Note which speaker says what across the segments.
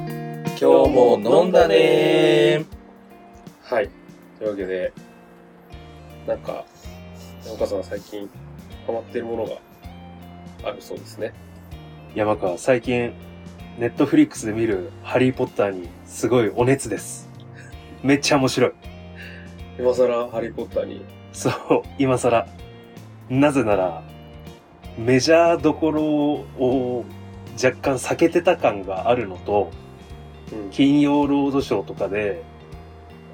Speaker 1: 今日も飲んだね
Speaker 2: はい。というわけで、なんか、岡さん最近ハマってるものがあるそうですね。
Speaker 3: いや、なんか最近、ネットフリックスで見るハリーポッターにすごいお熱です。めっちゃ面白い。
Speaker 2: 今更ハリーポッターに。
Speaker 3: そう、今更。なぜなら、メジャーどころを若干避けてた感があるのと、
Speaker 2: うん
Speaker 3: 金曜ロードショーとかで、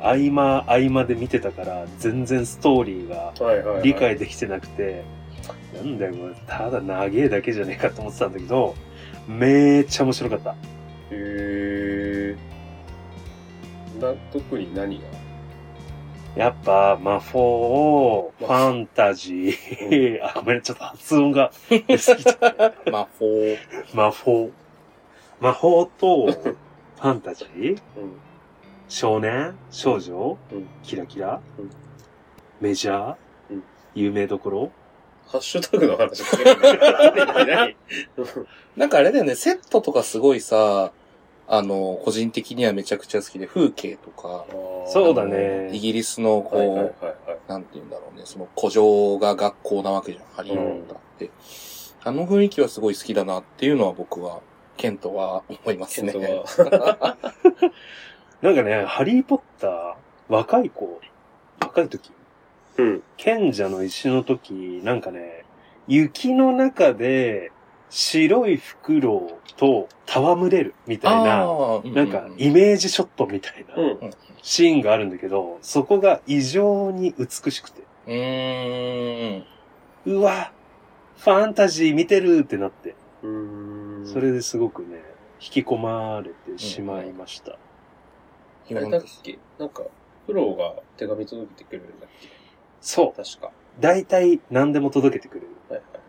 Speaker 3: 合間合間で見てたから、全然ストーリーが
Speaker 2: はいはい、はい。
Speaker 3: 理解できてなくて、なんだよ、これただ長えだけじゃねえかと思ってたんだけど、めっちゃ面白かった。
Speaker 2: へーな、特に何が
Speaker 3: やっぱ、魔法、ファンタジー。 あ、ごめん、ちょっと発音が出過ぎちゃった。
Speaker 1: 魔法。
Speaker 3: 魔法。魔法と、ファンタジー
Speaker 2: うん。
Speaker 3: 少年少女、
Speaker 2: うん
Speaker 3: キラキラ、
Speaker 2: うん
Speaker 3: メジャー、
Speaker 2: うん
Speaker 3: 有名どころ
Speaker 2: ハッシュタグの 話してるね
Speaker 1: なんかあれだよね、セットとかすごいさ、あの、個人的にはめちゃくちゃ好きで、風景とか、
Speaker 3: そうだね
Speaker 1: あのイギリスのこう、
Speaker 2: はいはいはいはい。
Speaker 1: なんて言うんだろうね、その古城が学校なわけじゃん、ハリー・ポッターって。あの雰囲気はすごい好きだなっていうのは僕は、ケントは思います
Speaker 2: 本
Speaker 1: ね
Speaker 2: 当。は。
Speaker 3: なんかね、ハリーポッター、若い子、若い時、
Speaker 2: うん。
Speaker 3: 賢者の石の時、なんかね、雪の中で、白い袋と戯れるみたいな、
Speaker 1: あー
Speaker 3: なんか
Speaker 1: うう
Speaker 3: イメージショットみたいな
Speaker 2: うん。
Speaker 3: シーンがあるんだけど、そこが異常に美しくて、
Speaker 1: うーん。
Speaker 3: うわ、ファンタジー見てるってなって、
Speaker 2: うーん。
Speaker 3: それですごくね、引き込まれてしまいました。
Speaker 2: あ
Speaker 1: 今
Speaker 2: れだっけなんか、プロが手紙届けてくれるんだっけ
Speaker 3: そう。
Speaker 2: 確か。
Speaker 3: 大体何でも届けてくれる。
Speaker 2: はいはい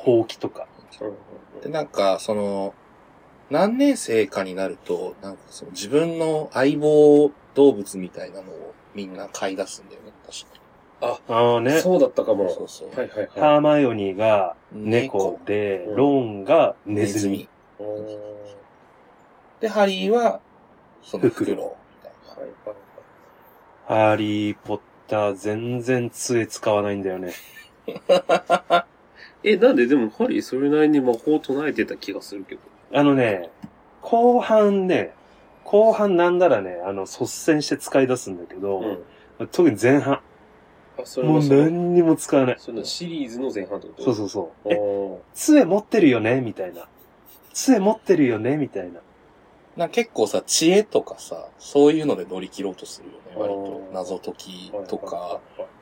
Speaker 3: ほうきとか。
Speaker 2: はい。
Speaker 1: で、なんか、その、何年生かになると、なんかその自分の相棒動物みたいなのをみんな飼い出すんだよね、確か
Speaker 3: ああ
Speaker 2: うん
Speaker 3: ね。
Speaker 2: そうだったか
Speaker 1: に。
Speaker 2: も。
Speaker 1: そうそう。
Speaker 2: はいはいはい。
Speaker 3: ハーマイオニーが猫で、
Speaker 2: 猫
Speaker 3: ロンがネ
Speaker 1: ネ
Speaker 3: ズ
Speaker 1: ズ
Speaker 3: ミ。
Speaker 1: ミ。
Speaker 2: おーはい
Speaker 1: で、ハリーは、そのフ
Speaker 3: フク
Speaker 1: ク
Speaker 3: ロウ
Speaker 1: ロウみたいな。
Speaker 2: はいはい。
Speaker 3: ハリーポッター全然杖使わないんだよね。
Speaker 2: え、なんででも、ハリーそれなりに魔法を唱えてた気がするけど。
Speaker 3: あのね、後半ね、後半なんならね、あの、率先して使い出すんだけど、
Speaker 2: ん。
Speaker 3: 特に前半、
Speaker 2: あ、それ
Speaker 3: も
Speaker 2: も
Speaker 3: う
Speaker 2: その、
Speaker 3: 何にも使わない。
Speaker 2: そのシリーズの前半ってこと
Speaker 3: そうそうそう。え、
Speaker 2: う。
Speaker 3: 杖持ってるよねみたいな。杖持ってるよねみたいな。
Speaker 1: なんか結構さ、知恵とかさ、そういうので乗り切ろうとするよね、割と
Speaker 2: う。ん
Speaker 1: 謎解き
Speaker 2: あー
Speaker 1: とか、、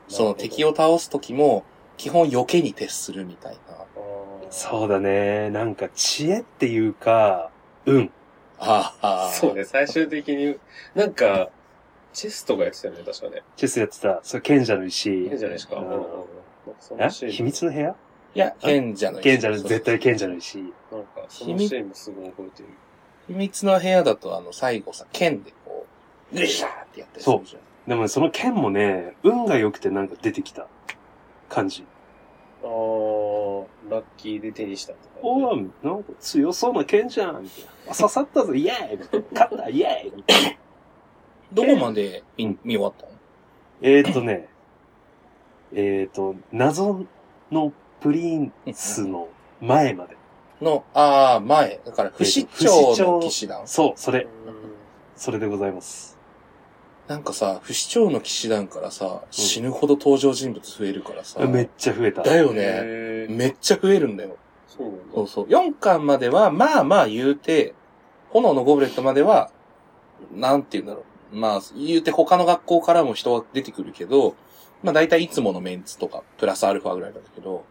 Speaker 1: そ
Speaker 2: そ
Speaker 1: の敵を。倒す時も、基本避けに徹するみたいな。
Speaker 2: う。
Speaker 3: そうだね。なんか知恵っていうか、運。
Speaker 1: ああ、
Speaker 2: そうね、最終的に、なんか、チェスとかやってたよね、確かね。
Speaker 3: チェスやってた、それ賢者の
Speaker 2: い
Speaker 3: 石
Speaker 2: いん。じゃないですか。
Speaker 3: うん
Speaker 2: うんうんうんなんかそ
Speaker 3: え
Speaker 2: のシーン
Speaker 3: 秘密の部屋
Speaker 1: いや、賢者の石
Speaker 3: 賢者の、絶対賢者の石。
Speaker 2: なんか、そのシーンもすごい覚えてる。
Speaker 1: 秘密の部屋だと、あの、最後さ、剣でこう、グシャーってやったりするじゃん。
Speaker 3: でもねその剣もね、運が良くてなんか出てきた感じ。
Speaker 2: あー、ラッキーで手にしたとか。
Speaker 3: おお、なんか強そうな剣じゃんみたいな。あ刺さったぞ、イエーイみたいな勝った、イエーイみたいな
Speaker 1: どこまで見,、
Speaker 3: うん
Speaker 1: 見終わったの
Speaker 3: えーっとね、えーっと、謎のプリンスの前まで。
Speaker 1: の、ああ、前。だから、不死鳥の騎士団。
Speaker 3: そう、そうれ、
Speaker 2: ん
Speaker 3: それでございます。
Speaker 1: なんかさ、不死鳥の騎士団からさ、死ぬほど登場人物増えるからさ。
Speaker 3: めっちゃ増えた。
Speaker 1: だよね。
Speaker 2: へー
Speaker 1: めっちゃ増えるんだよ。
Speaker 2: そうなんだ
Speaker 1: そうそう。4巻までは、まあまあ言うて、炎のゴブレットまでは、なんて言うんだろう。まあ、言うて他の学校からも人は出てくるけど、まあ大体いつものメンツとか、プラスアルファぐらいなんだけど、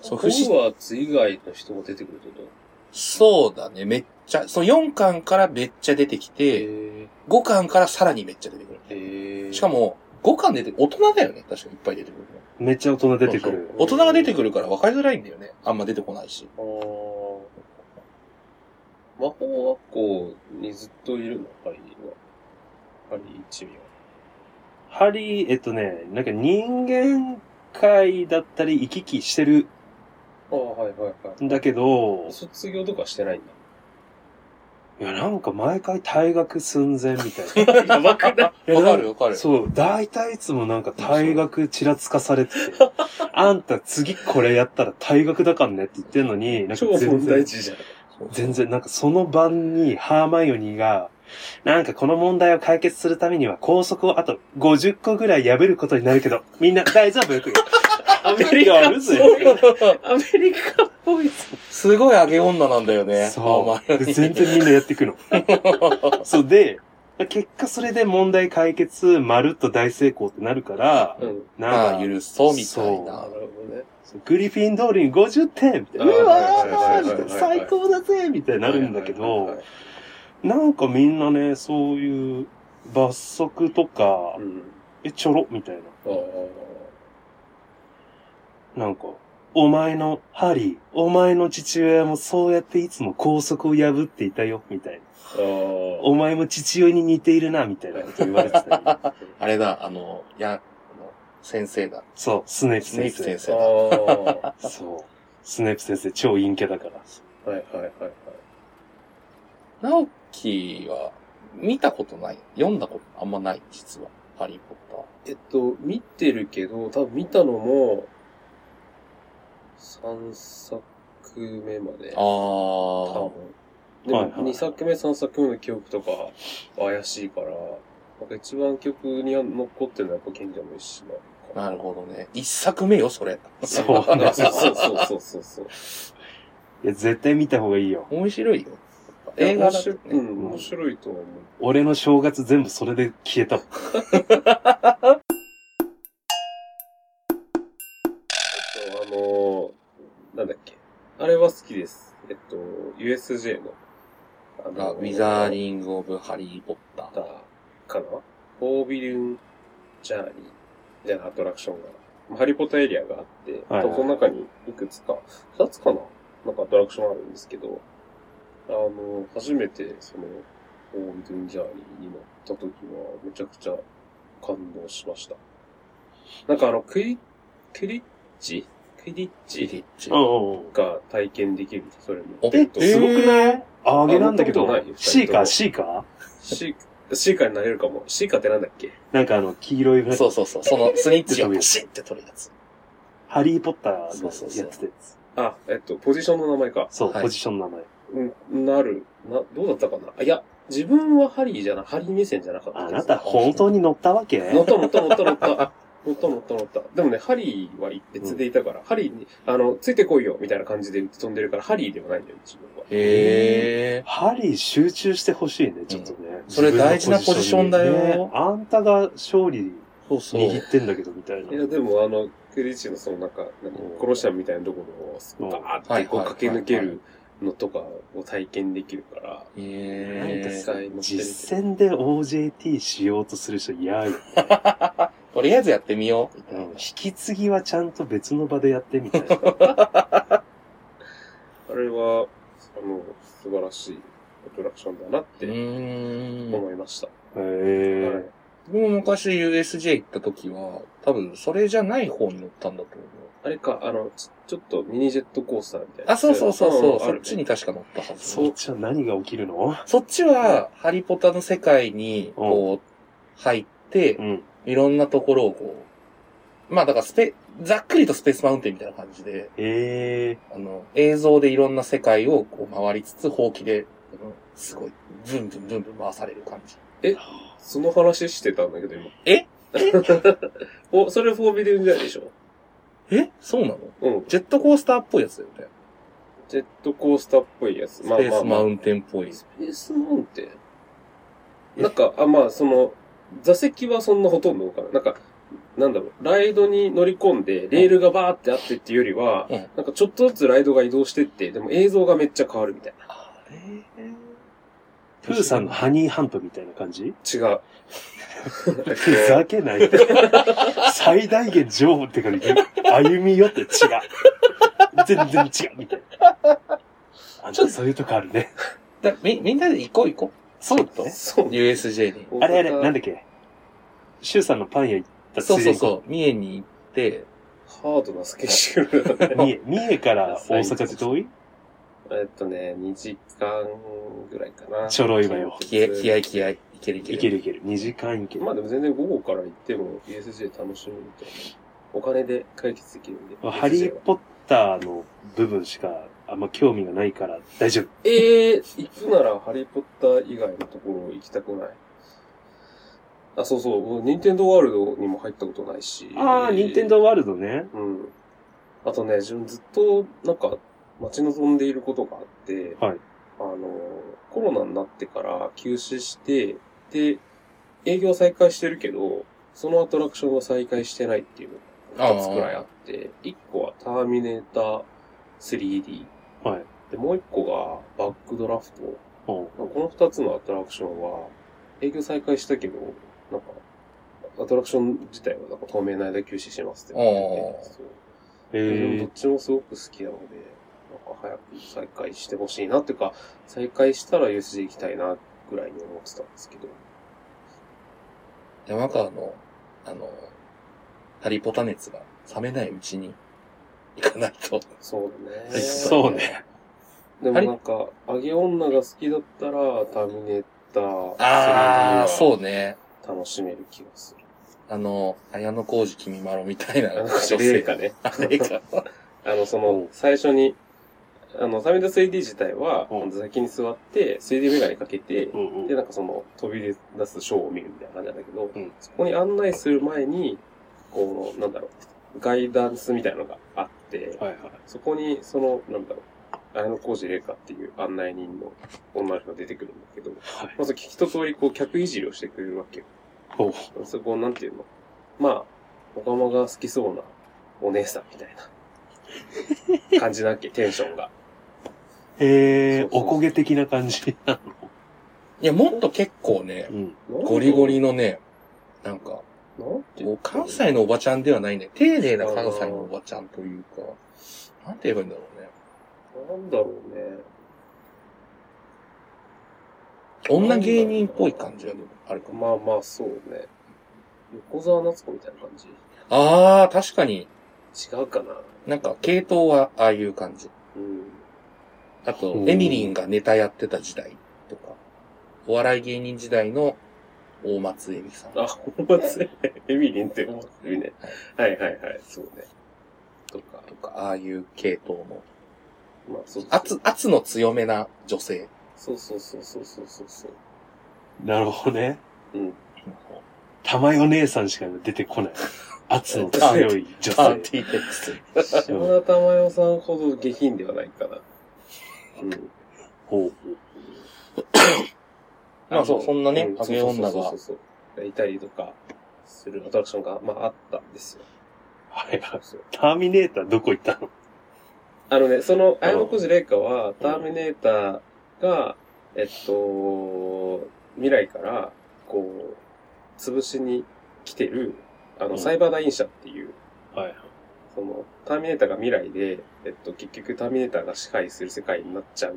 Speaker 1: そう、
Speaker 2: ホ
Speaker 1: 不
Speaker 2: グ
Speaker 1: 死
Speaker 2: ワーツ以外の人も出てくるってこと
Speaker 1: そうだね、めっちゃ、その4巻からめっちゃ出てきて、
Speaker 2: え
Speaker 1: 5巻からさらにめっちゃ出てくる。
Speaker 2: え
Speaker 1: しか、も、5巻出て、大人だよね、確かいっぱい出てくるの。
Speaker 3: めっちゃ大人出てくる
Speaker 1: そう。そう大人が出てくるから分かりづらいんだよね。あんま出てこないし。
Speaker 2: あー魔法学校にずっといるのハリーは。ハリー一味は。
Speaker 3: ハリー、えっとね、なんか人間界だったり行き来してる
Speaker 2: ああ、はいはいは
Speaker 3: んだけど
Speaker 2: い。、卒業とかしてないんだ。
Speaker 3: いや、なんか毎回退学寸前みたい な。
Speaker 2: やばくない
Speaker 3: いや
Speaker 1: わかるわかる。
Speaker 3: そう、大体いつもなんか退学ちらつかされて て、あんた次これやったら退学だかんねって言ってんのに、なんか
Speaker 2: 超問題
Speaker 3: 全然、
Speaker 2: 児じゃん。
Speaker 3: 全然、なんかその晩にハーマイオニーが、なんかこの問題を解決するためには校則をあと50個ぐらい破ることになるけど、みんな大丈夫
Speaker 2: アメリカ
Speaker 3: いやあるぜ
Speaker 2: そう アメリカっぽい。
Speaker 1: すごい上げ女なんだよね。
Speaker 3: そ
Speaker 1: あま
Speaker 3: う。
Speaker 1: り
Speaker 3: で全然みんなやっていくの。 そうで、結果それで問題解決、まるっと大成功ってなるから、
Speaker 2: うん。
Speaker 3: な
Speaker 1: ま
Speaker 3: ん
Speaker 1: あ、
Speaker 3: か、
Speaker 1: 許そうみたい
Speaker 2: な
Speaker 1: な
Speaker 2: る。ほどね。
Speaker 3: グリフィン通りに50点みたいな。
Speaker 2: あー
Speaker 3: うわ
Speaker 2: はいはいはいはい
Speaker 3: ー最高だぜみたいになるんだけ
Speaker 2: はいはい
Speaker 3: ど
Speaker 2: はい、
Speaker 3: なんかみんなね、そういう罰則とか
Speaker 2: はい、うん。
Speaker 3: え、ちょろみたいな。
Speaker 2: あ
Speaker 3: なんか、お前の、ハリー、お前の父親もそうやっていつも校則を破っていたよ、みたい
Speaker 2: あ。
Speaker 3: な。
Speaker 2: ああ。
Speaker 3: お前も父親に似ているな、みたいなこと言われてたり。
Speaker 1: あれだ、あの、や、あの先生だ。
Speaker 3: そう、スネープ
Speaker 1: スネ
Speaker 3: 先
Speaker 1: ープ先
Speaker 3: 生。
Speaker 1: 生
Speaker 2: あ
Speaker 1: だ。
Speaker 2: あ。
Speaker 3: そう。スネープ先生、超陰キャだから。
Speaker 2: はいはいはいはい。
Speaker 1: 直樹は、見たことない。読んだことあんまない、実は。ハリーポッ
Speaker 2: えっと、見てるけど、多分見たのも、3作目まで
Speaker 1: タ。ー。
Speaker 2: 多
Speaker 1: あ
Speaker 2: 分。で
Speaker 3: はい
Speaker 2: も、
Speaker 3: はい
Speaker 2: 2作目、3作目の記憶とか怪しいから、なんか一番記憶に残ってるのはやっぱ賢者の石なの
Speaker 1: あ。
Speaker 2: か
Speaker 1: なるほどね。一作目よ、それ。
Speaker 3: そう
Speaker 2: な。 そうそうそうそうそう。
Speaker 3: いや、絶対見た方がいいよ。
Speaker 1: 面白いよ。映画だ
Speaker 2: 面
Speaker 1: よ
Speaker 2: 白い
Speaker 1: ね。
Speaker 2: うん、面白いと思う。
Speaker 3: 俺の正月全部それで消えたもん。
Speaker 2: えっと、あのーなんだっけ。あれは好きです。えっと、USJ の。あ
Speaker 1: あウィザー
Speaker 2: ン
Speaker 1: リング・オブ・ハリー・ポッター。
Speaker 2: かなフォービルン・ジャーニーみたいなアトラクションが、ハリポタエリアがあって、
Speaker 3: はいはい
Speaker 2: その中にいくつか、二つかななんかアトラクションあるんですけど、あの、初めてその、フォービルン・ジャーニーに乗った時は、めちゃくちゃ感動しました。なんかあの、クイ、クリッチクリッチ
Speaker 3: うん
Speaker 2: が体験できるんですそれも。
Speaker 1: お
Speaker 3: え、
Speaker 1: と
Speaker 3: すごくないあげなんだけ
Speaker 2: あ
Speaker 3: ど
Speaker 2: 乗ったことないよ、
Speaker 3: シーカ
Speaker 2: 二人とも
Speaker 3: ー、シーカ
Speaker 2: シー、シーカーになれるかも。シーカーってなんだっけ
Speaker 3: ーなんかあの、黄色いね
Speaker 1: そうそうそう。そのスニッチ
Speaker 3: って飛
Speaker 1: を
Speaker 3: ぶや
Speaker 1: パ
Speaker 3: つ
Speaker 1: シッって取るやつ。
Speaker 3: ハリーポッターのやつ
Speaker 1: そうそうそう
Speaker 3: やつです。
Speaker 2: あ、えっと、ポジションの名前か。
Speaker 3: そう、
Speaker 1: はい
Speaker 3: ポジションの名前。
Speaker 2: うん、なる。な、どうだったかなあいや、自分はハリーじゃな、ハリー目線じゃなかった
Speaker 3: あ
Speaker 2: です。
Speaker 3: なた本当に乗ったわけ
Speaker 2: 乗った乗った乗った乗った。 乗った乗った乗った。でもね、ハリーは別でいたから、ハリーに、あの、ついてこいよ、みたいな感じで飛んでるから、ハリーではないんだよ、自分は。
Speaker 1: へ
Speaker 3: ハリー集中してほしいね、ちょっとね。
Speaker 1: それ大事なポジションだよ
Speaker 3: 自分のポジションにねあんたが勝利
Speaker 1: ー。そうそ
Speaker 3: 握ってんだけど、みたい
Speaker 2: いや、
Speaker 3: な。
Speaker 2: でもあの、クリッチのそのなんか、何コロシアンみたいなところを、バーってこう駆け抜けるのとかを体験できるから、
Speaker 1: へ
Speaker 3: なんか
Speaker 1: ー
Speaker 2: 実際乗ってみて。
Speaker 3: 実践で OJT しようとする人嫌よ。
Speaker 1: とりあえずやってみよう。
Speaker 3: うん引き継ぎはちゃんと別の場でやってみたいな。
Speaker 2: あれは、あの、素晴らしいアトラクションだなっ
Speaker 1: う
Speaker 2: て
Speaker 1: ーん。
Speaker 2: 思いました。
Speaker 3: へ
Speaker 2: はい
Speaker 3: ー。
Speaker 1: 僕も昔 USJ 行った時は、多分それじゃない方に乗ったんだと思う。
Speaker 2: あれか、あの、ちちょっとミニジェットコースターみたいな。
Speaker 1: あ、そうそうそうそう、
Speaker 2: んあ
Speaker 1: そ
Speaker 2: る
Speaker 1: っちに確か乗ったはず。
Speaker 3: そっちは何が起きるの
Speaker 1: そっちは、ハリポタの世界に、こう、入って
Speaker 3: う、ん。
Speaker 1: いろんなところをこう、まあだからスペ、ざっくりとスペースマウンテンみたいな感じで、
Speaker 3: ええ。
Speaker 1: あの、映像でいろんな世界をこう回りつつ、ほうきで、あのすごい、ブンブンブンブン回される感じ。
Speaker 2: その話してたんだけど、今。
Speaker 1: え
Speaker 2: お、それフォービデオじゃないでしょ
Speaker 1: えそうなの
Speaker 2: うん。
Speaker 1: ジェットコースターっぽいやつだよね。
Speaker 2: ジェットコースターっぽいや
Speaker 1: ス
Speaker 2: つ。
Speaker 1: ペースマウ
Speaker 2: ン
Speaker 1: ンテンっぽい。
Speaker 2: スペースマウンテンなんか、あ、まあ、その、座席はそんなほとんど動かない。なんか、なんだろう、ライドに乗り込んで、レールがバーってあってっていうよりは、
Speaker 1: うん
Speaker 2: なんかちょっとずつライドが移動してって、でも映像がめっちゃ変わるみたいな。
Speaker 1: あれ
Speaker 3: プーさんのハニーハンプみたいな感じ
Speaker 2: 違う。
Speaker 3: ふざけないで。最大限情報ってか、歩み寄って違う。全然違う、みたいな。あんたそういうとこあるね。
Speaker 1: だみ、みんなで行こう行こ
Speaker 3: そうだ
Speaker 2: え そう
Speaker 1: う。。USJ に。
Speaker 3: あれあれ、なん
Speaker 2: で
Speaker 3: だっけシュウさんのパン屋行った
Speaker 1: そうそう
Speaker 3: う。
Speaker 1: そう。三重に行って、
Speaker 2: ハードなスケジュールだね。
Speaker 3: 三重、三重から大阪って遠い
Speaker 2: えっとね、2時間ぐらいかな。
Speaker 3: ちょろいわよ
Speaker 1: 気合、気合、気合、いけるいける。
Speaker 3: いけるいける。2時間いける。
Speaker 2: まあでも全然午後から行っても USJ 楽しむみたいな。お金で解決できるんで。
Speaker 3: ハリー
Speaker 2: USJ は
Speaker 3: ポッターの部分しかあんま興味がないから大丈夫。
Speaker 2: ええー、行くならハリーポッター以外のところ行きたくない。あ、そうそう。もうニンテンドーワールドにも入ったことないし。
Speaker 3: ああ、ニンテンドーワールドね。
Speaker 2: うん。あとね、自分ずっと、なんか、待ち望んでいることがあって、
Speaker 3: はい
Speaker 2: あの、コロナになってから休止して、で、営業再開してるけど、そのアトラクションは再開してないっていうのが2つくらいあって、1個はターミネーター 3D。
Speaker 3: はい。
Speaker 2: で、もう1個がバックドラフト。
Speaker 3: おう
Speaker 2: この2つのアトラクションは、営業再開したけど、なんか、アトラクション自体はなんか透明な間休止してますってなってて、そうでもど
Speaker 3: え
Speaker 2: っちもすごく好きなので、なんか早く再開してほしいなっていうか、再開したら USJ 行きたいなぐらいに思ってたんですけど。
Speaker 1: 山川の、あの、ハリポタ熱が冷めないうちに行かないと。
Speaker 2: そうだ
Speaker 3: ー、
Speaker 2: ね。
Speaker 3: そう。ね。
Speaker 2: でもなんか、上げ女が好きだったら、ターミネーター、
Speaker 1: ああ、
Speaker 2: う。
Speaker 1: そうね。
Speaker 2: 楽しめる気がする。
Speaker 1: あの、綾小路君まろみたいな
Speaker 2: あの、
Speaker 1: 女
Speaker 2: 例
Speaker 1: 性
Speaker 2: が
Speaker 1: が。
Speaker 2: ね。
Speaker 1: あれか。
Speaker 2: あの、そうの
Speaker 3: ん、
Speaker 2: 最初に、あの、ターミネーター 3D 自体は
Speaker 3: う、ん
Speaker 2: 先に座って、3D メガネかけて、
Speaker 3: うんう
Speaker 2: で、
Speaker 3: ん。
Speaker 2: なんかその、飛び出すショーを見るみたいな感じなんだけど、
Speaker 3: うん
Speaker 2: そこに案内する前に、こう、なんだろう、ガイダンスみたいなのがあって、
Speaker 3: はいはい。
Speaker 2: そこに、その、なんだろう、綾小路玲香っていう案内人の女の人が出てくるんだけど、
Speaker 3: はい。
Speaker 2: まず聞きと通り、こう、客いじりをしてくれるわけよ。
Speaker 3: おう
Speaker 2: そこ、なんていうのまあ、おかまが好きそうなお姉さんみたいな感じなっけ、テンションが。
Speaker 3: え
Speaker 2: そう、そ
Speaker 3: ー
Speaker 2: うそう
Speaker 3: おこげ的な感じ。
Speaker 1: いや、もっと結構ね
Speaker 3: う、ん。
Speaker 1: ゴリゴリのね、なんか、
Speaker 2: なんて
Speaker 1: こ
Speaker 2: いうの
Speaker 1: う関西のおばちゃんではないね。丁寧な関西のおばちゃんというか、なんて言えばいいんだろうね。
Speaker 2: なんだろうね。
Speaker 1: 女芸人っぽい感じがあるかも。
Speaker 2: まあまあ、そうね。横澤夏子みたいな感じ
Speaker 1: ああ、確かに、
Speaker 2: 違うかな
Speaker 1: なんか系統はああいう感じ。
Speaker 2: うん。
Speaker 1: あと
Speaker 3: う、ん
Speaker 1: エミリンがネタやってた時代とか、お笑い芸人時代の大松恵美さん。
Speaker 2: あ、大松エミリンって思ってるね。はいはいはい、そうね。とか、
Speaker 1: とか、ああいう系統の、
Speaker 2: まあそうそう。
Speaker 1: 圧、圧の強めな女性
Speaker 2: そうそうそうそうそうそうそう。
Speaker 3: なるほどね。
Speaker 2: うん。
Speaker 1: の方。
Speaker 3: 玉代姉さんしか出てこない。圧の強い女
Speaker 1: パー
Speaker 3: 性。
Speaker 1: ティーテックス。
Speaker 2: 島田珠代さんほど下品ではないかな。うん。
Speaker 3: ほう。
Speaker 1: まあそう、そんなね、
Speaker 2: ん
Speaker 1: あげ女
Speaker 2: そう
Speaker 1: が
Speaker 2: そう、そうそう。いたりとか、するアトラクションが、まああったん ですよ。
Speaker 3: はいはい。
Speaker 2: そう
Speaker 3: ターミネーターどこ行ったの
Speaker 2: あのね、その、綾小路玲香は、ターミネーターが、えっと、未来から、こう、潰しに来てる、あ
Speaker 3: う
Speaker 2: の、
Speaker 3: ん
Speaker 2: サイバーダイン社っていう、
Speaker 3: はい。
Speaker 2: その、ターミネーターが未来で、えっと、結局ターミネーターが支配する世界になっちゃう、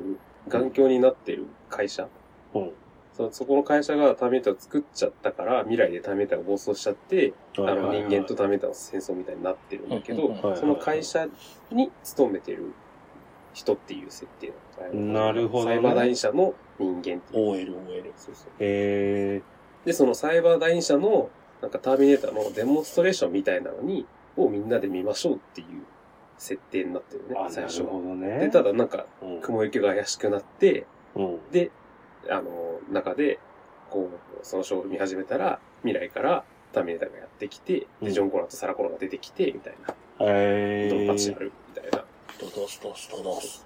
Speaker 2: 眼鏡になってる会社。
Speaker 3: ほ
Speaker 2: そそこの会社がターミネーターを作っちゃったから、未来でターミネーターが暴走しちゃって、
Speaker 3: う。
Speaker 2: あ
Speaker 3: はいはい
Speaker 2: の、
Speaker 3: はい
Speaker 2: 人間と、ターミネーターの戦争みたいになってるんだけど、
Speaker 1: うんうんうん
Speaker 3: はい
Speaker 2: その会社に勤めてる人っていう設定
Speaker 3: なるほど
Speaker 2: サ
Speaker 3: ね
Speaker 2: イバーダイン社の人間っていう。
Speaker 1: OL、OL。
Speaker 2: そうそう
Speaker 3: え
Speaker 2: で、そのサイバーダイン社の、なんかターミネーターのデモンストレーションみたいなのに、をみんなで見ましょうっていう設定になってる
Speaker 3: ー、
Speaker 2: ね
Speaker 3: あ、、
Speaker 2: 最
Speaker 3: な
Speaker 2: 初
Speaker 3: る
Speaker 2: は。
Speaker 3: ほどね。
Speaker 2: で、ただなんか、
Speaker 3: うん、
Speaker 2: 雲行きが怪しくなって、
Speaker 3: うん。
Speaker 2: で、あの、中で、こう、そのショーを見始めたら、未来からターミネーターがやってきて、
Speaker 3: う
Speaker 2: で、
Speaker 3: ん
Speaker 2: ジョン・コナーとサラ・コナーが出てきて、みたいな、
Speaker 3: え
Speaker 2: ドンパチや
Speaker 3: ー、
Speaker 2: る、みたいな。
Speaker 1: ドドスドスドドス。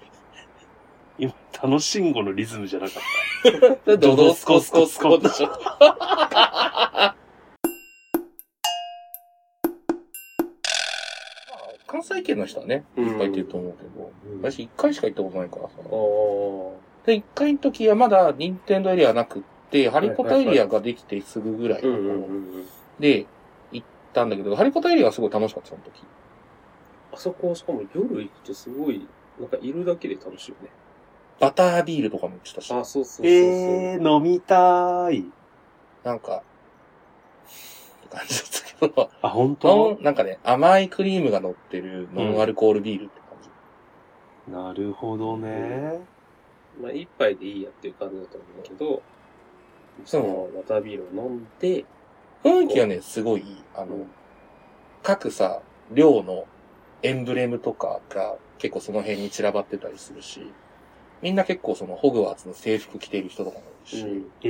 Speaker 3: 今、楽しんごのリズムじゃなかっ
Speaker 1: ドドスコスコスコでしょ。関西圏の人はね、いっぱいいてると思うけど、
Speaker 2: うん
Speaker 1: 私一回しか行ったことないからさ。
Speaker 2: おー
Speaker 1: で、一回の時はまだ任天堂エリアなくって、ハリポタエリアができてすぐぐらいの頃
Speaker 2: うん。
Speaker 1: で行ったんだけど、ハリポタエリアはすごい楽しかった、その時。
Speaker 2: あそこ、しかも夜行くとすごい、なんかいるだけで楽しいよね。
Speaker 1: バタービールとかも売ってたし、
Speaker 2: あ、そうそうそうそ
Speaker 3: た。
Speaker 2: う。
Speaker 3: えー、飲みたーい。
Speaker 1: なんか、って感じだったけど、
Speaker 3: あ、本
Speaker 1: ノ
Speaker 3: 当
Speaker 1: ンなんかね、甘いクリームが乗ってるノンアルコールビールって感じ。
Speaker 3: なるほどね。
Speaker 2: まあ、一杯でいいやっていう感じだと思うんだけど、
Speaker 1: そ
Speaker 2: そうの、またビールを飲んで、
Speaker 1: 雰囲気はね、すごいいい。あの、各さ、寮のエンブレムとかが結構その辺に散らばってたりするし、みんな結構そのホグワーツの制服着ている人とかもいるし、
Speaker 3: え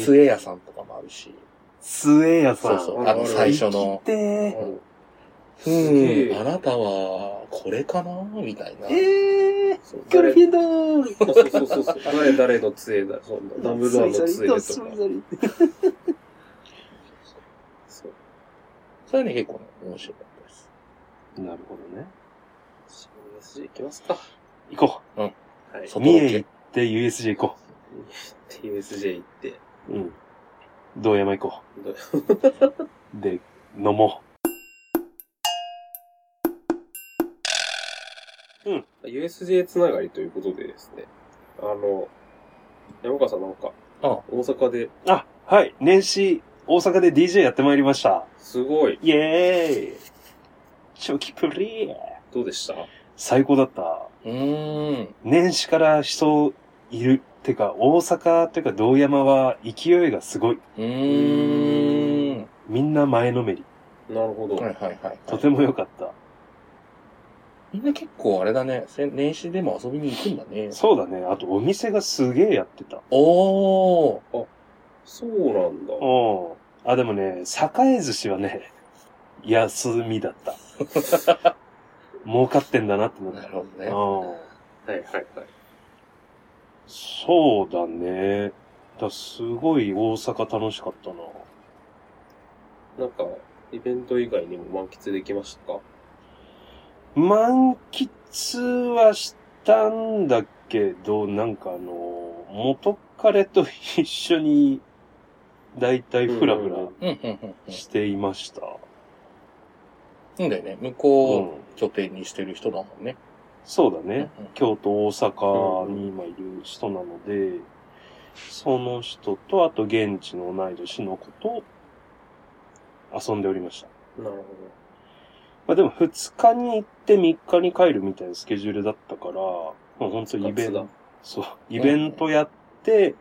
Speaker 3: ー、
Speaker 1: 杖屋さんとかもあるし、
Speaker 3: 杖屋さん。
Speaker 1: そう
Speaker 2: そうあの最
Speaker 1: 初の
Speaker 3: 生きて
Speaker 2: う
Speaker 3: ー
Speaker 2: ん。
Speaker 1: う
Speaker 2: すげ
Speaker 1: ん、
Speaker 2: え
Speaker 1: あなたは、これかなみたいな。
Speaker 3: えー、
Speaker 2: そう
Speaker 3: キョ
Speaker 2: 誰
Speaker 3: ルフィンドー
Speaker 2: そうそうそうそう。 誰誰の杖だ。そうダンブルドアの
Speaker 3: ス
Speaker 2: 杖
Speaker 3: リ
Speaker 2: と
Speaker 3: ザ
Speaker 2: か。
Speaker 3: リスリザリ
Speaker 2: そう。
Speaker 1: それはね、結構ね、面白かったです。
Speaker 3: なるほどね。
Speaker 2: USJ 行きますか。
Speaker 3: 行こ。
Speaker 2: はい。
Speaker 1: そう外
Speaker 3: 三
Speaker 1: ロケ
Speaker 3: 重行って USJ 行こ
Speaker 2: USJ 行って。
Speaker 3: う。うん。道山行こ
Speaker 2: どう
Speaker 3: う。 で、飲も
Speaker 2: USJ つながりということでですね。あの、山川さんなんか、
Speaker 1: あ
Speaker 2: 大阪で、
Speaker 3: う。あ、はい。年始、大阪で DJ やってまいりました。
Speaker 2: すごい、
Speaker 3: イエーイチョキプリー
Speaker 2: どうでした
Speaker 3: 最高だった。
Speaker 1: うーん。
Speaker 3: 年始から人いる。てか、大阪というか道山は勢いがすごい。
Speaker 1: うーん。
Speaker 3: みんな前のめり。
Speaker 2: なるほど。
Speaker 1: はいはいはい。
Speaker 3: とても良かった。
Speaker 1: みんな結構あれだね、せ年始でも遊びに行くんだね。
Speaker 3: そうだね。あとお店がすげえやってた。
Speaker 1: おー。
Speaker 2: そうなんだ。
Speaker 3: うん。あ、でもね、栄寿司はね、休みだった。 儲かってんだなって思っ
Speaker 1: な
Speaker 3: た。
Speaker 1: るほどね。
Speaker 2: は
Speaker 3: うん。
Speaker 2: いはいはい。
Speaker 3: そうだね。だすごい大阪楽しかったな。
Speaker 2: なんか、イベント以外にも満喫できましたか
Speaker 3: 満喫はしたんだけど、なんかあの、元彼と一緒に、だいたいフラフ
Speaker 2: うんうん
Speaker 3: ラ
Speaker 1: うんうんうんうん。
Speaker 3: していました。
Speaker 1: そうだよね。向
Speaker 3: う
Speaker 1: こう、
Speaker 3: ん。
Speaker 1: 拠点にしてる人だもんね。
Speaker 3: そうだね。
Speaker 1: うんうん
Speaker 3: 京都、大阪に今いる人なので、その人と、あと現地の同い年の子と遊んでおりました。
Speaker 2: なるほ
Speaker 3: まあでも2日に行って3日に帰るみたいなスケジュールだったから、もう本当イベン
Speaker 2: ガ
Speaker 3: ト
Speaker 2: ツ、
Speaker 3: そう、イベントやって、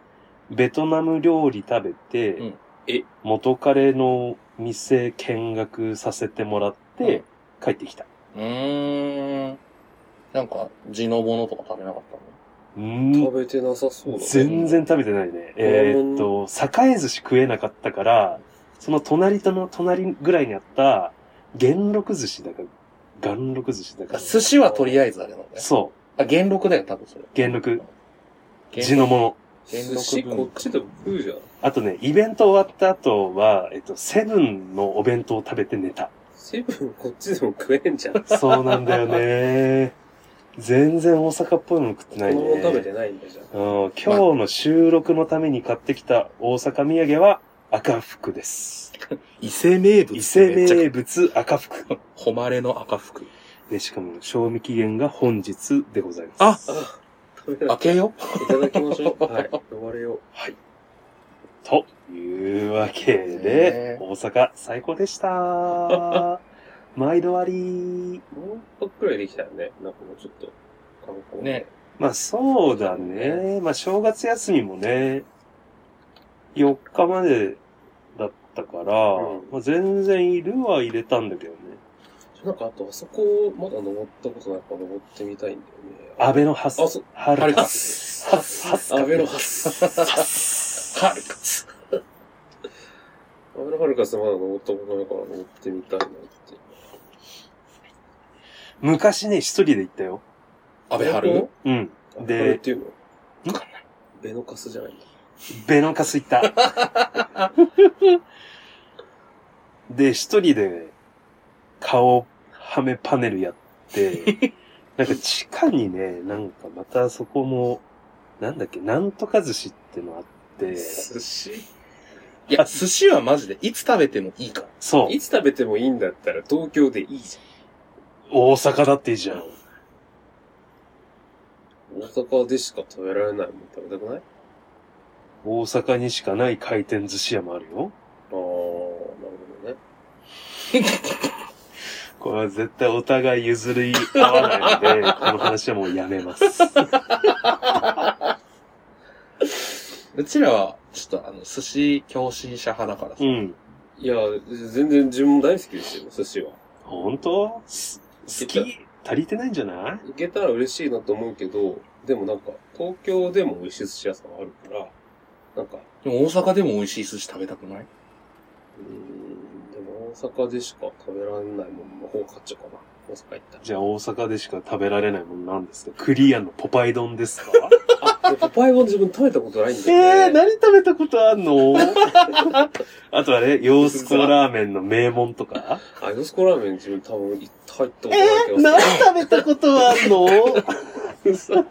Speaker 3: ベトナム料理食べて、
Speaker 1: うん
Speaker 2: え
Speaker 3: 元彼の店見学させてもらって、帰ってきた。
Speaker 1: うーん。なんか、地のものとか食べなかったの
Speaker 3: うん
Speaker 2: ど。食べてなさそうだね。
Speaker 3: 全然食べてないね。えーっと、栄寿司食えなかったから、その隣との隣ぐらいにあった、元禄寿司だか、元禄寿司だか
Speaker 1: あ、寿司はとりあえずあれなのね。
Speaker 3: そ
Speaker 1: あ、元禄だよ、多分それ。
Speaker 3: 元禄。う、
Speaker 1: 元
Speaker 3: 地のもの。
Speaker 2: 寿司こっちでも食うじゃん。
Speaker 3: あとね、イベント終わった後は、えっと、セブンのお弁当を食べて寝た。
Speaker 2: セブンこっちでも食えんじゃん。
Speaker 3: そうなんだよ ね。全然大阪っぽいもの食ってな
Speaker 2: 子
Speaker 3: い
Speaker 2: 供
Speaker 3: ね。
Speaker 2: 食べてないんだじゃん。
Speaker 3: うん、今日の収録のために買ってきた大阪土産は赤服です。
Speaker 1: 伊勢名物。
Speaker 3: 伊勢名物赤服。
Speaker 1: 誉れの赤服。
Speaker 3: で、しかも、賞味期限が本日でございます。
Speaker 1: あ
Speaker 2: あ、食べな
Speaker 1: 開
Speaker 2: い。
Speaker 1: けよ
Speaker 2: いただきましょう。はい。呼ばれよう。
Speaker 3: というわけ
Speaker 1: ね
Speaker 3: で、大阪最高 でした。毎度あり。
Speaker 2: もう一泊くらいできたよね。なんかもうちょっと、観光。
Speaker 1: ね。
Speaker 3: まあそうだね。まあ正月休みもね、4日までだったから、
Speaker 2: うん
Speaker 3: まあ全然いるは入れたんだけどね。
Speaker 2: なんかあと、あそこ、まだ登ったことないから登ってみたいんだよね。
Speaker 3: 安倍のハス
Speaker 2: あそう。
Speaker 3: はる
Speaker 1: はるか
Speaker 3: か。ハス、ハスか
Speaker 2: 安倍のハス。
Speaker 3: ハス
Speaker 1: はるかつ。
Speaker 2: 安倍のハルカスまだ登ったことないから登ってみたいなって。
Speaker 3: 昔ね、一人で行ったよ。
Speaker 1: 安倍春
Speaker 3: うん。
Speaker 2: で、安倍
Speaker 3: で、
Speaker 2: っていうの
Speaker 1: わか
Speaker 2: ベノカスじゃないんだ。
Speaker 3: ベノカス行った。で、一人で顔はめパネルやって、なんか地下にね、なんかまたそこも、なんだっけ、なんとか寿司ってのあって、
Speaker 2: 寿司
Speaker 1: いや、寿司はマジで、いつ食べてもいいから。
Speaker 3: そう
Speaker 2: い、つ食べてもいいんだったら東京でいいじ
Speaker 3: 大阪だっていいじゃん。
Speaker 2: ゃん。大阪でしか食べられないもん食べたくないあ
Speaker 3: 大阪にしかない回転寿司屋もあるよ。
Speaker 2: あー、なるほどね。
Speaker 3: これは絶対お互い譲り合わないので、この話はもうやめます。
Speaker 1: うちらは、ちょっとあの、寿司共振者派だからさ。
Speaker 3: うん。
Speaker 2: いや、全然自分も大好きですよ、寿司は。
Speaker 3: 本当す好き足りてないんじゃない
Speaker 2: 行けたら嬉しいなと思うけど、でもなんか、東京でも美味しい寿司屋さんあるから、なんか、
Speaker 1: でも大阪でも美味しい寿司食べたくないう
Speaker 2: ーん、でも大阪でしか食べられないものの方買っちゃおうかな。大阪行ったら。
Speaker 3: じゃあ大阪でしか食べられないものなんですかクリアのポパイ丼ですか
Speaker 2: あ、でポパイも自分食べたことないんだよね。
Speaker 3: えー、何食べたことあんの あとあれ洋子ラーメンの名門とか
Speaker 2: あ、ヨスコラーメン自分多分一体入ったことない
Speaker 3: え
Speaker 2: け
Speaker 3: ー、
Speaker 2: ど。
Speaker 3: 何食べたことあんの
Speaker 2: 嘘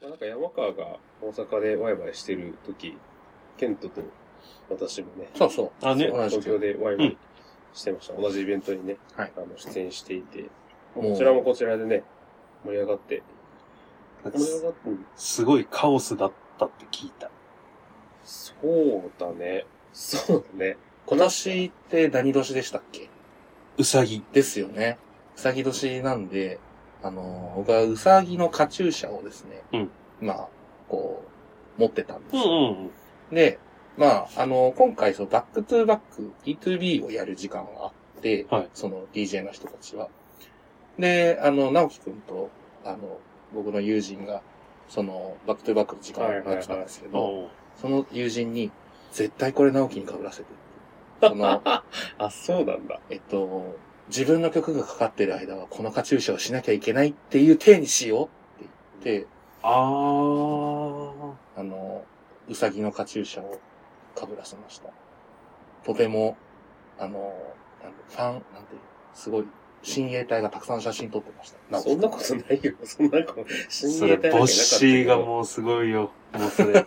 Speaker 2: まあなんか山川が大阪でワイワイしてる時、ケントと私もね、
Speaker 1: そうそう。
Speaker 3: あね
Speaker 1: 同じ
Speaker 2: 東
Speaker 1: く
Speaker 2: 京でワイワイしてました。同じイベントにね、
Speaker 1: はい
Speaker 2: あの出演していて、
Speaker 1: うん
Speaker 2: こちらもこちらでね、盛り上がって、盛り上がって、
Speaker 3: すごいカオスだったって聞いた。
Speaker 2: そうだね、そうだね。
Speaker 1: 今年って何年でしたっけ
Speaker 3: うさぎ。
Speaker 1: ですよね。うさぎ年なんで、あのー僕はうさぎのカチューシャをですね、
Speaker 3: うん
Speaker 1: まあ、こう、持ってたんです
Speaker 3: うん
Speaker 1: よ。
Speaker 3: うん。
Speaker 1: で、まあ、あのー今回、そのバックトゥーバック、B2B をやる時間があって、
Speaker 3: はい
Speaker 1: その DJ の人たちは。で、あの、直樹くんと、あの、僕の友人が、その、バックトゥーバックの時間が来たんですけど、
Speaker 3: おう
Speaker 1: その友人に、絶対これ直樹に被らせてって。その、
Speaker 2: あ、そうなんだ。
Speaker 1: えっと、自分の曲がかかってる間はこのカチューシャをしなきゃいけないっていう体にしようって言って、
Speaker 3: あ
Speaker 1: あの、うさぎのカチューシャを被らせました。とても、あの、なんてファン、なんていう、すごい、親衛隊がたくさん写真撮ってました。
Speaker 2: そんなことないよ。 そんなこと、
Speaker 3: ー。
Speaker 2: 死
Speaker 3: そ
Speaker 2: に
Speaker 3: れ、
Speaker 2: 得たいわけなか
Speaker 3: ボッ
Speaker 2: った
Speaker 3: シー
Speaker 2: け
Speaker 3: が
Speaker 2: ど。
Speaker 3: もうすごいよ。もうそ れ。も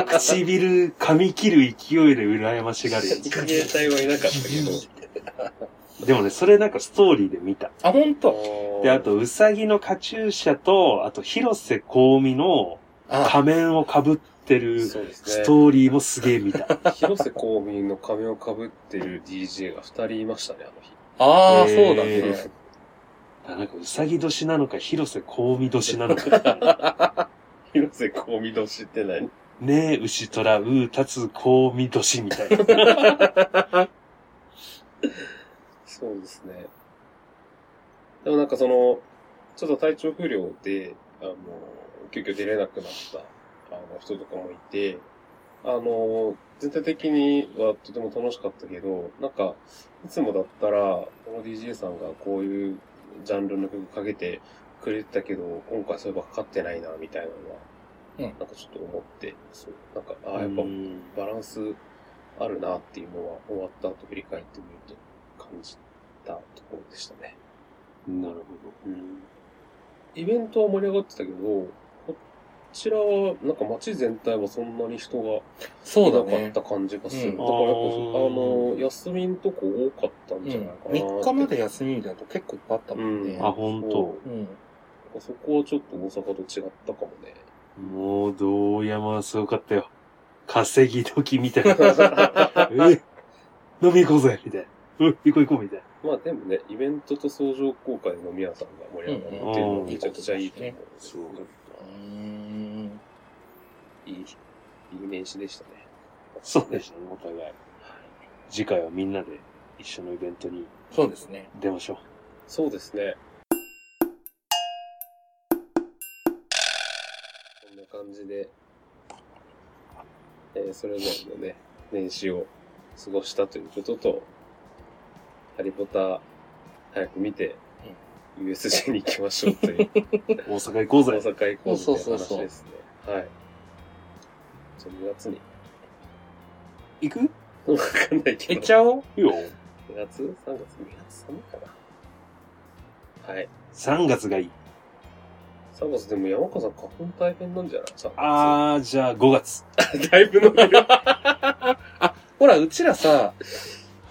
Speaker 3: う唇噛み切る勢いで羨ま しがるよ。
Speaker 2: 人間体はいなかったけど。
Speaker 3: でもね、それなんかストーリーで見た。
Speaker 1: あ、ほんと
Speaker 2: と
Speaker 3: で、あ、と、うさぎのカチューシャと、あと、広瀬香美の
Speaker 1: あ、
Speaker 3: 仮面を被ってる
Speaker 2: そうです
Speaker 3: ス
Speaker 2: ね。
Speaker 3: トーリーもすげえ見た。
Speaker 2: 広瀬香美の仮面を被ってる DJ が二人いましたね、あの日。
Speaker 1: ああ、
Speaker 3: えー
Speaker 1: そうだね。
Speaker 3: あなんか、うさぎ年なのか、広瀬香美年な のか。
Speaker 2: 広瀬香美同士って何
Speaker 3: ねえ、牛虎、うー、たつ、香美年みた いな。
Speaker 2: そうですね。でもなんかその、ちょっと体調不良で、あの、急遽出れなくなった、あの、人とかもいて、あの、全体的にはとても楽しかったけど、なんか、いつもだったら、この DJ さんがこういうジャンルの曲かけてくれてたけど、今回そういえばかかってないな、みたいな
Speaker 1: うん
Speaker 2: のは、なんかちょっと思って、そう、なんか、ああ、
Speaker 3: う
Speaker 2: やっぱ
Speaker 3: ん
Speaker 2: バランスあるなっていうのは終わった後振り返ってみると感じたところでしたね。
Speaker 3: なるほ
Speaker 2: うん。イベントは盛り上がってたけど、こちらはなんか街全体はそんなに人が
Speaker 1: そうだ
Speaker 2: いなか
Speaker 1: ね
Speaker 2: っ。た感じがする。
Speaker 1: うん
Speaker 2: だからやっぱ
Speaker 3: あ
Speaker 2: そ
Speaker 3: ー
Speaker 2: あの、休みのとこ多かったん
Speaker 1: うん
Speaker 2: じゃないかなって、
Speaker 1: 3日まで休みみたいなと結構いっぱいあったもんね
Speaker 2: う。ん
Speaker 3: ど。あ、本当。
Speaker 1: うん。
Speaker 2: そこはちょっと大阪と違ったかも ね。
Speaker 3: もう、道山はすごかったよ。稼ぎ時みたいな。 え飲み行こうぜみたいな。うん、行こう行こうみたいな。
Speaker 2: まあでもね、イベントと相乗効果で飲み屋さんが盛り上がるっていうのはめちゃくちゃいいと思う。
Speaker 3: そう
Speaker 1: うん
Speaker 2: いい、いい年始でしたね。
Speaker 3: そうでしたね、お互い。次回はみんなで一緒のイベントに
Speaker 1: そうですね。
Speaker 3: 出ましょう。
Speaker 2: そうですね。こんな感じで、えーそれぞれのね、年始を過ごしたということと、ハリポタ、早く見て、USJ に行きましょうという、
Speaker 3: 大阪行こう
Speaker 2: 大
Speaker 3: ぜ。
Speaker 2: 阪行こうという
Speaker 1: そうそうそうそ
Speaker 2: 話
Speaker 1: う
Speaker 2: ですね。はい。じゃあ2月に、
Speaker 3: 行く
Speaker 2: わかんない
Speaker 1: 行
Speaker 2: けど
Speaker 1: っ、ちゃおう
Speaker 3: いいよ。
Speaker 2: 2月 ?3 月 ?2 月寒いかな。はい。
Speaker 3: 3月がいい。
Speaker 2: 3月でも山川さん花粉大変なんじゃない3月
Speaker 3: あー、じゃあ5月。
Speaker 2: だいぶ伸びる。
Speaker 1: ほら、うちらさ、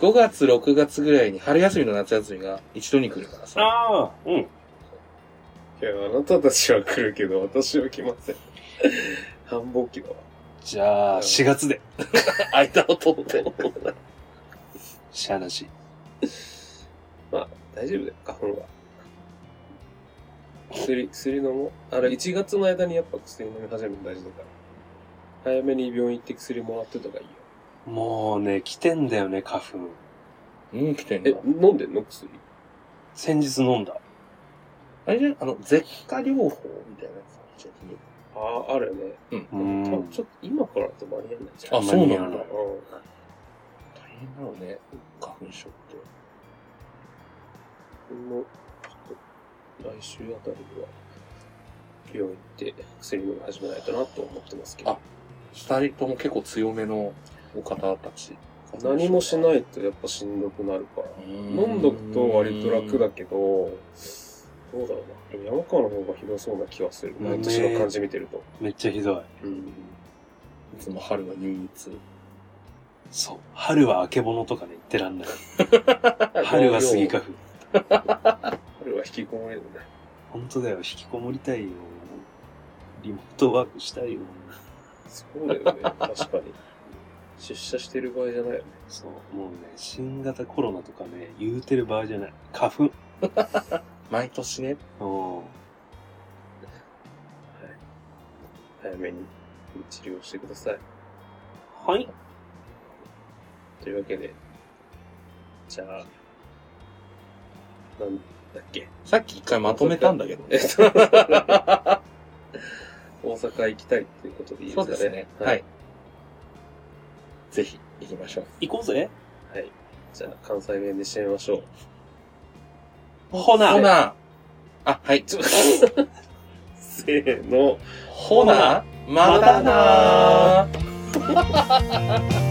Speaker 1: 5月、6月ぐらいに春休みの夏休みが一度に来るからさ。
Speaker 3: あー、う ん。
Speaker 2: いや、あなたたちは来るけど、私は来ません。繁忙期だわ。
Speaker 3: じゃあ、4月で。
Speaker 2: 間を取って。
Speaker 3: しゃあなし。
Speaker 2: 大丈夫だよ、花粉は。薬、薬飲もう。あれ、1月の間にやっぱ薬飲み始めるの大事だから。早めに病院行って薬もらってとかいいよ。
Speaker 3: もうね、来てんだよね、花粉。
Speaker 1: うん、来てん
Speaker 2: え
Speaker 1: だ。、
Speaker 2: 飲んでんの薬
Speaker 3: 先日飲んだ。
Speaker 1: あれじゃんあの、舌下療法みたいなやつ。
Speaker 2: ああ、あるよね。
Speaker 3: う
Speaker 2: 多分
Speaker 3: ん
Speaker 2: ち。ょっと今からだと間に合わないじゃん。
Speaker 1: あ、そう
Speaker 3: 間に合
Speaker 1: な
Speaker 3: わ
Speaker 1: ん
Speaker 3: な
Speaker 1: だ
Speaker 3: い。
Speaker 2: うん。
Speaker 1: 大変だろうね、花粉症って。
Speaker 2: この、ちょっと、来週あたりには、病院行って薬飲み始めないとなと思ってますけど
Speaker 1: あ。二人とも結構強めのお方たち。
Speaker 2: 何もしないとやっぱしんどくなるから。飲んどくと割と楽だけど、どうだろうな。でも山川の方がひどそうな気はする。
Speaker 3: うん
Speaker 2: 毎年の感じ見てると。
Speaker 3: めっちゃひどい。
Speaker 2: うん。
Speaker 1: いつも春は憂鬱。
Speaker 3: そう。春はあけぼのとかね、言ってらんない。春は杉花粉。
Speaker 2: 春は引きこもりだね。
Speaker 3: 本当だよ、引きこもりたいよ。リモートワークしたいよ。
Speaker 2: そうだよね。確かに。出社してる場合じゃないよね。
Speaker 3: そう、もうね、新型コロナとかね、言うてる場合じゃない。花粉。
Speaker 1: 毎年ね。
Speaker 3: うん。
Speaker 2: 早めに治療してください。
Speaker 3: はい。
Speaker 2: というわけで、じゃあ、なんだっけ。
Speaker 1: さっき一回まとめたんだけど。
Speaker 2: えっと、大阪行きたいっていうことでいいです
Speaker 1: そ
Speaker 2: か
Speaker 1: う
Speaker 2: ね。
Speaker 1: ですね。は。い。ぜひ、行きましょう。
Speaker 3: 行こうぜ。
Speaker 2: はい。じゃあ、関西弁で締め ましょう。
Speaker 3: ほな。
Speaker 1: ほな、あ、はい。
Speaker 2: ちょせーの。
Speaker 1: ほな、まだなー。